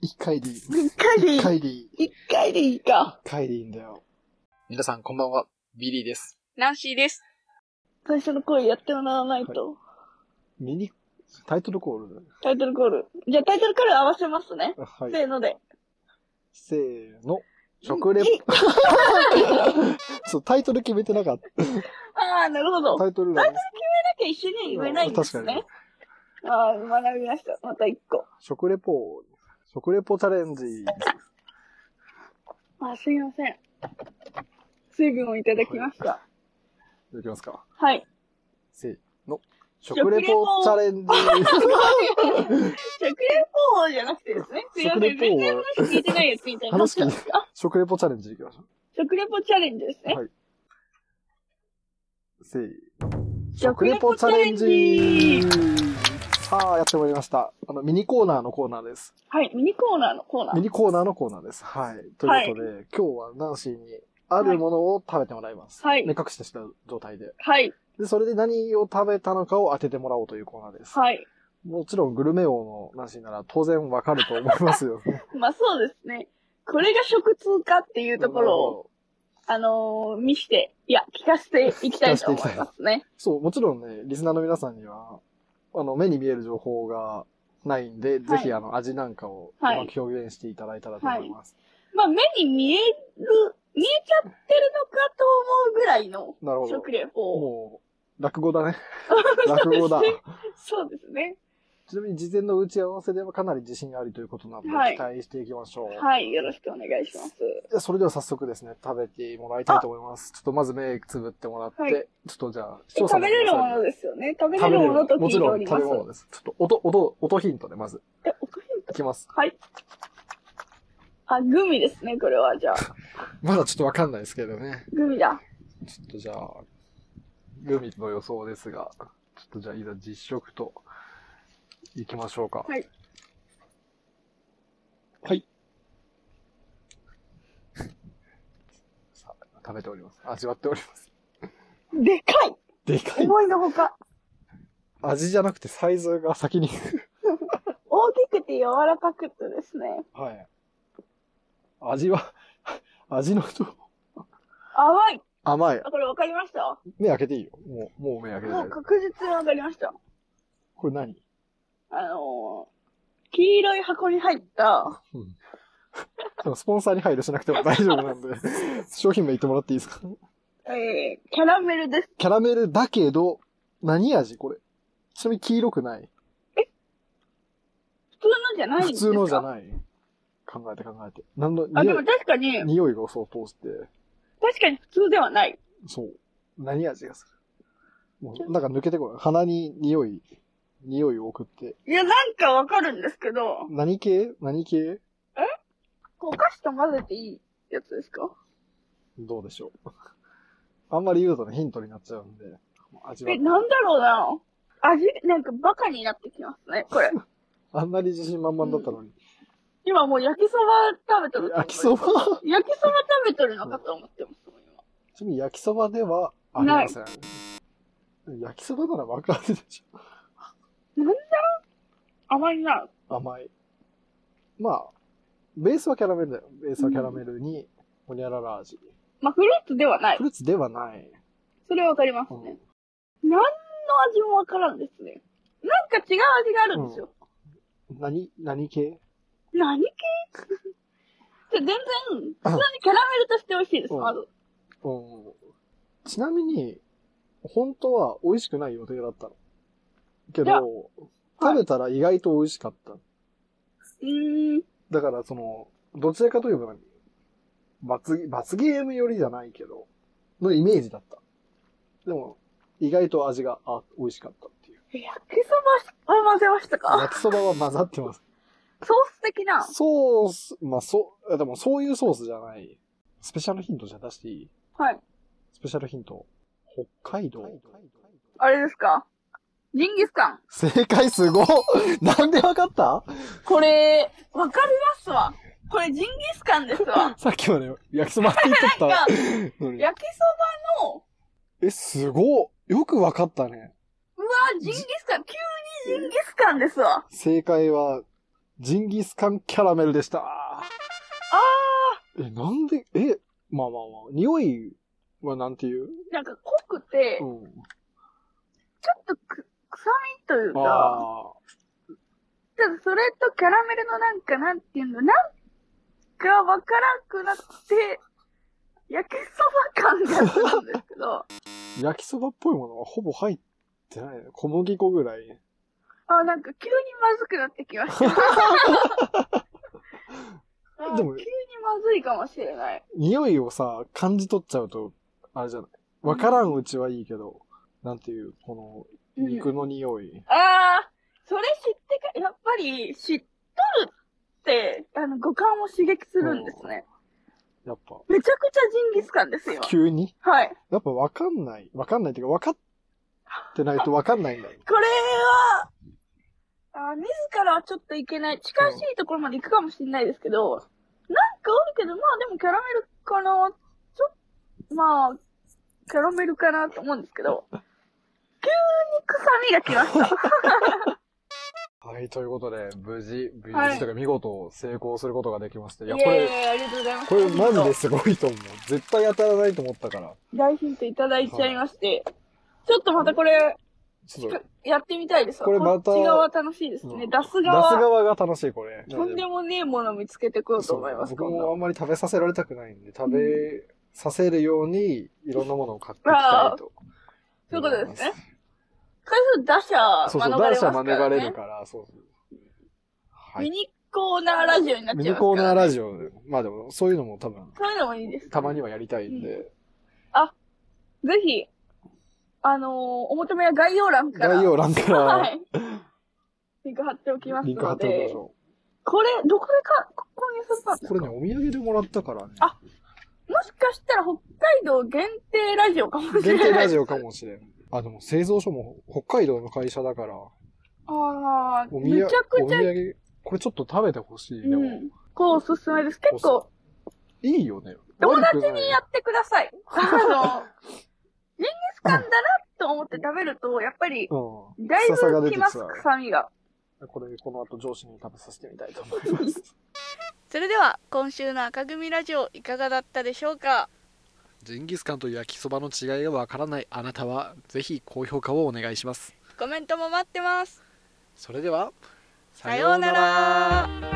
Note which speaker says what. Speaker 1: 一回 でいい。
Speaker 2: 一回でいい
Speaker 1: 一。回でいい。
Speaker 2: 一回でいいか。
Speaker 1: 一回でいいんだよ。皆さんこんばんは。ビリーです。
Speaker 3: ナンシーです。
Speaker 2: 最初の声やってもらわないと。
Speaker 1: ミニ、タイトルコール。
Speaker 2: タイトルコール。じゃあタイトルコール合わせますね。
Speaker 1: はい。
Speaker 2: せーので。
Speaker 1: せーの。食レポ。
Speaker 2: い
Speaker 1: そう、タイトル決めてなかった。
Speaker 2: ああ、なるほど。
Speaker 1: タ
Speaker 2: な
Speaker 1: イトルがね、
Speaker 2: きゃ一緒には言えないんです
Speaker 1: 確かに
Speaker 2: ね。ああ、学びました。また一個。
Speaker 1: 食レポ、食レポチャレンジ。
Speaker 2: あ、すいません。水分をいただきました。
Speaker 1: できますか。
Speaker 2: はい。
Speaker 1: せーの。
Speaker 2: 食レ
Speaker 1: 食レ
Speaker 2: ポ
Speaker 1: ポチャレンジ。
Speaker 2: 食レポじゃなくてですね。すいません。全
Speaker 1: 食レポ
Speaker 2: 然話聞いてないやつみたいになっ
Speaker 1: 話
Speaker 2: ちゃ
Speaker 1: 聞
Speaker 2: う
Speaker 1: い。て、食レポチャレンジいきましょ
Speaker 2: 食レポチャレンジですね。
Speaker 1: はいう。せー
Speaker 2: 食レポチャレンジ
Speaker 1: さあ、やってまいりました。あの、ミニコーナーのコーナーです。
Speaker 2: はい。ミニコーナーのコーナ
Speaker 1: ミ
Speaker 2: ー。
Speaker 1: ニコーナーのコーナーです。はい。ということで、今日はナンシーにあるものを食べてもらいます。
Speaker 2: はい
Speaker 1: 目隠しした状態で。
Speaker 2: はい。
Speaker 1: で、それで何を食べたのかを当ててもらおうというコーナーです。
Speaker 2: はい。
Speaker 1: もちろんグルメ王のナンシーなら当然わかると思いますよね。
Speaker 2: まあそうですね。これが食通かっていう ところを、あのー見して、いや、聞かせていきたいと思いますね。
Speaker 1: そう、もちろんね、リスナーの皆さんには、あの、目に見える情報がないんで、ぜひあの、味なんかをう
Speaker 2: はい
Speaker 1: まく表現していただいたらと思います。
Speaker 2: まあ目に見える、見えちゃってるのかと思うぐらいの
Speaker 1: なるほど
Speaker 2: 食。レ ポを。
Speaker 1: もう、落語だね。落語 だ。
Speaker 2: そうですね。
Speaker 1: ちなみに事前の打ち合わせではかなり自信ありということなので、
Speaker 2: はい
Speaker 1: 期待していきましょう。
Speaker 2: はい。よろしくお願いします。
Speaker 1: でそれでは早速ですね、食べてもらいたいと思います。ちょっとまず目つぶってもらって、
Speaker 2: はい
Speaker 1: ちょっとじゃあ、視聴者
Speaker 2: 食
Speaker 1: の
Speaker 2: べれ
Speaker 1: 皆さ
Speaker 2: る
Speaker 1: ん
Speaker 2: も
Speaker 1: に
Speaker 2: のですよね。食べれるものと
Speaker 1: も
Speaker 2: 聞い
Speaker 1: ち
Speaker 2: て
Speaker 1: ろ
Speaker 2: お
Speaker 1: ん
Speaker 2: り
Speaker 1: 食
Speaker 2: ます
Speaker 1: べ。物です。ちょっと音、音、音ヒントでまず。
Speaker 2: え、おかしい
Speaker 1: いきます。
Speaker 2: あ、グミですね、これは。じゃあ、
Speaker 1: まだちょっとわかんないですけどね。
Speaker 2: グミだ。
Speaker 1: ちょっとじゃあ、グミの予想ですが、ちょっとじゃあ、いざ実食と、いきましょうか。
Speaker 2: はい。
Speaker 1: はい。さあ、食べております。味わっております。
Speaker 2: でか
Speaker 1: でか
Speaker 2: い
Speaker 1: い。
Speaker 2: 思いのほか。
Speaker 1: 味じゃなくてサイズが先に。
Speaker 2: 大きくて柔らかくてですね、
Speaker 1: はい。味は、 味のと、
Speaker 2: 淡い。
Speaker 1: 甘い。
Speaker 2: あ、これわかりました
Speaker 1: 目開けていいよ。もう、もう目開けて
Speaker 2: もう
Speaker 1: る。
Speaker 2: 確実にわかりました。
Speaker 1: これ何
Speaker 2: あのー、黄色い箱に入った、
Speaker 1: でもスポンサーに配慮しなくても大丈夫なんで、商品名言ってもらっていいですか
Speaker 2: えー、キャラメルです。
Speaker 1: キャラメルだけど、何味これ。ちなみに黄色くない。
Speaker 2: 普通のじゃないん
Speaker 1: 普
Speaker 2: ですか
Speaker 1: 通のじゃない。考えて考えて。何の、
Speaker 2: あ、で
Speaker 1: 匂
Speaker 2: も
Speaker 1: い、
Speaker 2: 確かに、
Speaker 1: 匂いがそう通して、
Speaker 2: 確かに普通ではない。
Speaker 1: そう。何味がする。もう、なんか抜けてこない。鼻に匂い、匂いを送って。
Speaker 2: いや、なんかわかるんですけど、
Speaker 1: 何系何系
Speaker 2: お菓子と混ぜていいやつですか
Speaker 1: どうでしょう。 あんまり言うとね、ヒントになっちゃうんで、味は
Speaker 2: え、。なんだろうな味、なんかバカになってきますね、 これ。
Speaker 1: あんなに自信満々だったのに。
Speaker 2: 今もう焼きそば食べてると思う。
Speaker 1: 焼きそば
Speaker 2: 焼きそば食べてるのかと思ってますもん、今。
Speaker 1: ちなみに焼きそばではありません。焼きそばならわかるでし
Speaker 2: 甘いな。
Speaker 1: ょ。甘い。まあ、ベースはキャラメルだよ。ベースはキャラメルに、ほにゃらら味。
Speaker 2: まあ、フルーツではない
Speaker 1: フ。ルーツではない。
Speaker 2: それはわかりますね。何の味もわからんですね。なんか違う味があるんですよ。
Speaker 1: 何、何系
Speaker 2: 何系じゃ全然、普通にキャラメルとして美味しいです、
Speaker 1: うん
Speaker 2: まず。
Speaker 1: うん。ちなみに、本当は美味しくない予定だったの。け
Speaker 2: いや
Speaker 1: ど、食べたら意外と美味しかった。
Speaker 2: うーん。
Speaker 1: だから、その、どちらかといえば何罰ゲ、罰ゲームよりじゃないけど、のイメージだった。でも、意外と味が、あ、美味しかったっていう。
Speaker 2: 焼きそばを混ぜましたか
Speaker 1: 焼きそばは混ざってます。
Speaker 2: ソース的な。
Speaker 1: ソース、まあ、そう、あでもそういうソースじゃない。スペシャルヒントじゃ出していい
Speaker 2: はい。
Speaker 1: スペシャルヒント。北海道。
Speaker 2: あれですかジンギスカン。
Speaker 1: 正解すごっ なんでわかった。
Speaker 2: これ、わかりますわ。これジンギスカンですわ
Speaker 1: さっきまで焼きそばって言っとっ
Speaker 2: なん
Speaker 1: た
Speaker 2: か
Speaker 1: のに。
Speaker 2: 焼きそばの、
Speaker 1: え、すごっよくわかったね。
Speaker 2: うわ、ジンギスカン、急にジンギスカンですわ。
Speaker 1: 正解は、ジンギスカンキャラメルでした。
Speaker 2: あ
Speaker 1: え、なんで、え、まあまあまあ、匂いはなんていう
Speaker 2: ー、なんか濃くて、
Speaker 1: うん。
Speaker 2: ちょっとく臭みというか、
Speaker 1: あ
Speaker 2: ただそれとキャラメルのなんか、なんていうの、なんかわからんくなって、焼きそば感がするんですけ ど、
Speaker 1: ー焼きそばっぽいものはほぼ入ってないね。小麦粉ぐらい。
Speaker 2: あ、なんか急にまずくなってきました。 あー
Speaker 1: でも
Speaker 2: 急にまずいかもしれない。
Speaker 1: 匂いをさ、感じ取っちゃうと、あれじゃない。わからんうちはいいけど、なんていう、こ
Speaker 2: う
Speaker 1: の、
Speaker 2: ん
Speaker 1: 肉の匂い。
Speaker 2: ああ、それ知ってか、やっぱり知っとるって、あの、五感を刺激するんですね。
Speaker 1: やっぱ、
Speaker 2: めちゃくちゃジンギスカンですよ。
Speaker 1: 急に
Speaker 2: はい。
Speaker 1: やっぱわかんない。わかんないっていうか、わかってないとわかんないんだよ。
Speaker 2: これは、あー自らはちょっといけない。近しいところまで行くかもしれないですけど、なんかおるけど、まあでもキャラメルかな、ちょっと、まあ、キャラメルかなと思うんですけど、急に臭みがきました。
Speaker 1: はい、ということで、無事、無
Speaker 2: はい
Speaker 1: 事というか見事成功することができまして。いや、
Speaker 2: い
Speaker 1: こ
Speaker 2: やい
Speaker 1: れ、
Speaker 2: やいやありがとうございます。
Speaker 1: これマジですごいと思う。絶対当たらないと思ったから。
Speaker 2: 大ヒントいただいちゃいまして、ちょっとまたこれ、
Speaker 1: ちょっと、
Speaker 2: やってみたいですわ。
Speaker 1: これまた
Speaker 2: こっち側楽しいですね。
Speaker 1: うん
Speaker 2: 出す
Speaker 1: 出す
Speaker 2: 側、
Speaker 1: 側が楽しい、これ。
Speaker 2: とんでもねえもの見つけてこようと思いま
Speaker 1: そ
Speaker 2: す、
Speaker 1: う
Speaker 2: 今
Speaker 1: 僕
Speaker 2: 度
Speaker 1: もあんまり食べさせられたくないんで、食べさせるように、いろんなものを買っていきたいと。
Speaker 2: そういうことですね
Speaker 1: 思いま。
Speaker 2: 回数打者、
Speaker 1: そうそう、
Speaker 2: 免れま
Speaker 1: 男
Speaker 2: す
Speaker 1: 子
Speaker 2: から
Speaker 1: は
Speaker 2: ね
Speaker 1: 免れるから、そうそう。はい
Speaker 2: ミ。ニコーナーラジオになっ
Speaker 1: ミ
Speaker 2: ちゃ
Speaker 1: ニ
Speaker 2: いますから、ね。
Speaker 1: コーナーラジオで、まあでも、そういうのも多分、
Speaker 2: そういうのもいいです。
Speaker 1: たまにはやりたいんで、
Speaker 2: ぜひ、あのーお求めは概要欄から。
Speaker 1: 概要欄か
Speaker 2: は
Speaker 1: ら、
Speaker 2: い。リンク貼っておきます
Speaker 1: リンク貼
Speaker 2: の
Speaker 1: っておきま
Speaker 2: で
Speaker 1: し。ょ
Speaker 2: これ、どこでか、ここにさったんで
Speaker 1: う。
Speaker 2: す
Speaker 1: こ
Speaker 2: か
Speaker 1: れね、お土産でもらったからね。
Speaker 2: あもしかしたら北海道限定ラジオかもしれ
Speaker 1: 限
Speaker 2: ない。
Speaker 1: 定ラジオかもしれん。あ、でも製造所も北海道の会社だから、
Speaker 2: ああ、
Speaker 1: お土
Speaker 2: めち
Speaker 1: 産
Speaker 2: ゃく
Speaker 1: お土
Speaker 2: ちゃ、
Speaker 1: 産、これちょっと食べてほしい。で
Speaker 2: う
Speaker 1: も、
Speaker 2: ん。こうおすすめです。結構、
Speaker 1: いいよね。
Speaker 2: 友達
Speaker 1: 悪くない
Speaker 2: やってください。あ の、ジンギスカンだなと思って食べると、やっぱり、
Speaker 1: うん。
Speaker 2: だいぶきます
Speaker 1: 臭さが出てきちゃ、う
Speaker 2: 臭みが。
Speaker 1: これ、この後上司に食べさせてみたいと思います。
Speaker 3: それでは今週の赤組ラジオいかがだったでしょうか
Speaker 4: ジンギスカンと焼きそばの違いがわからないあなたはぜひ高評価をお願いします
Speaker 3: コメントも待ってます
Speaker 4: それでは
Speaker 3: さようなら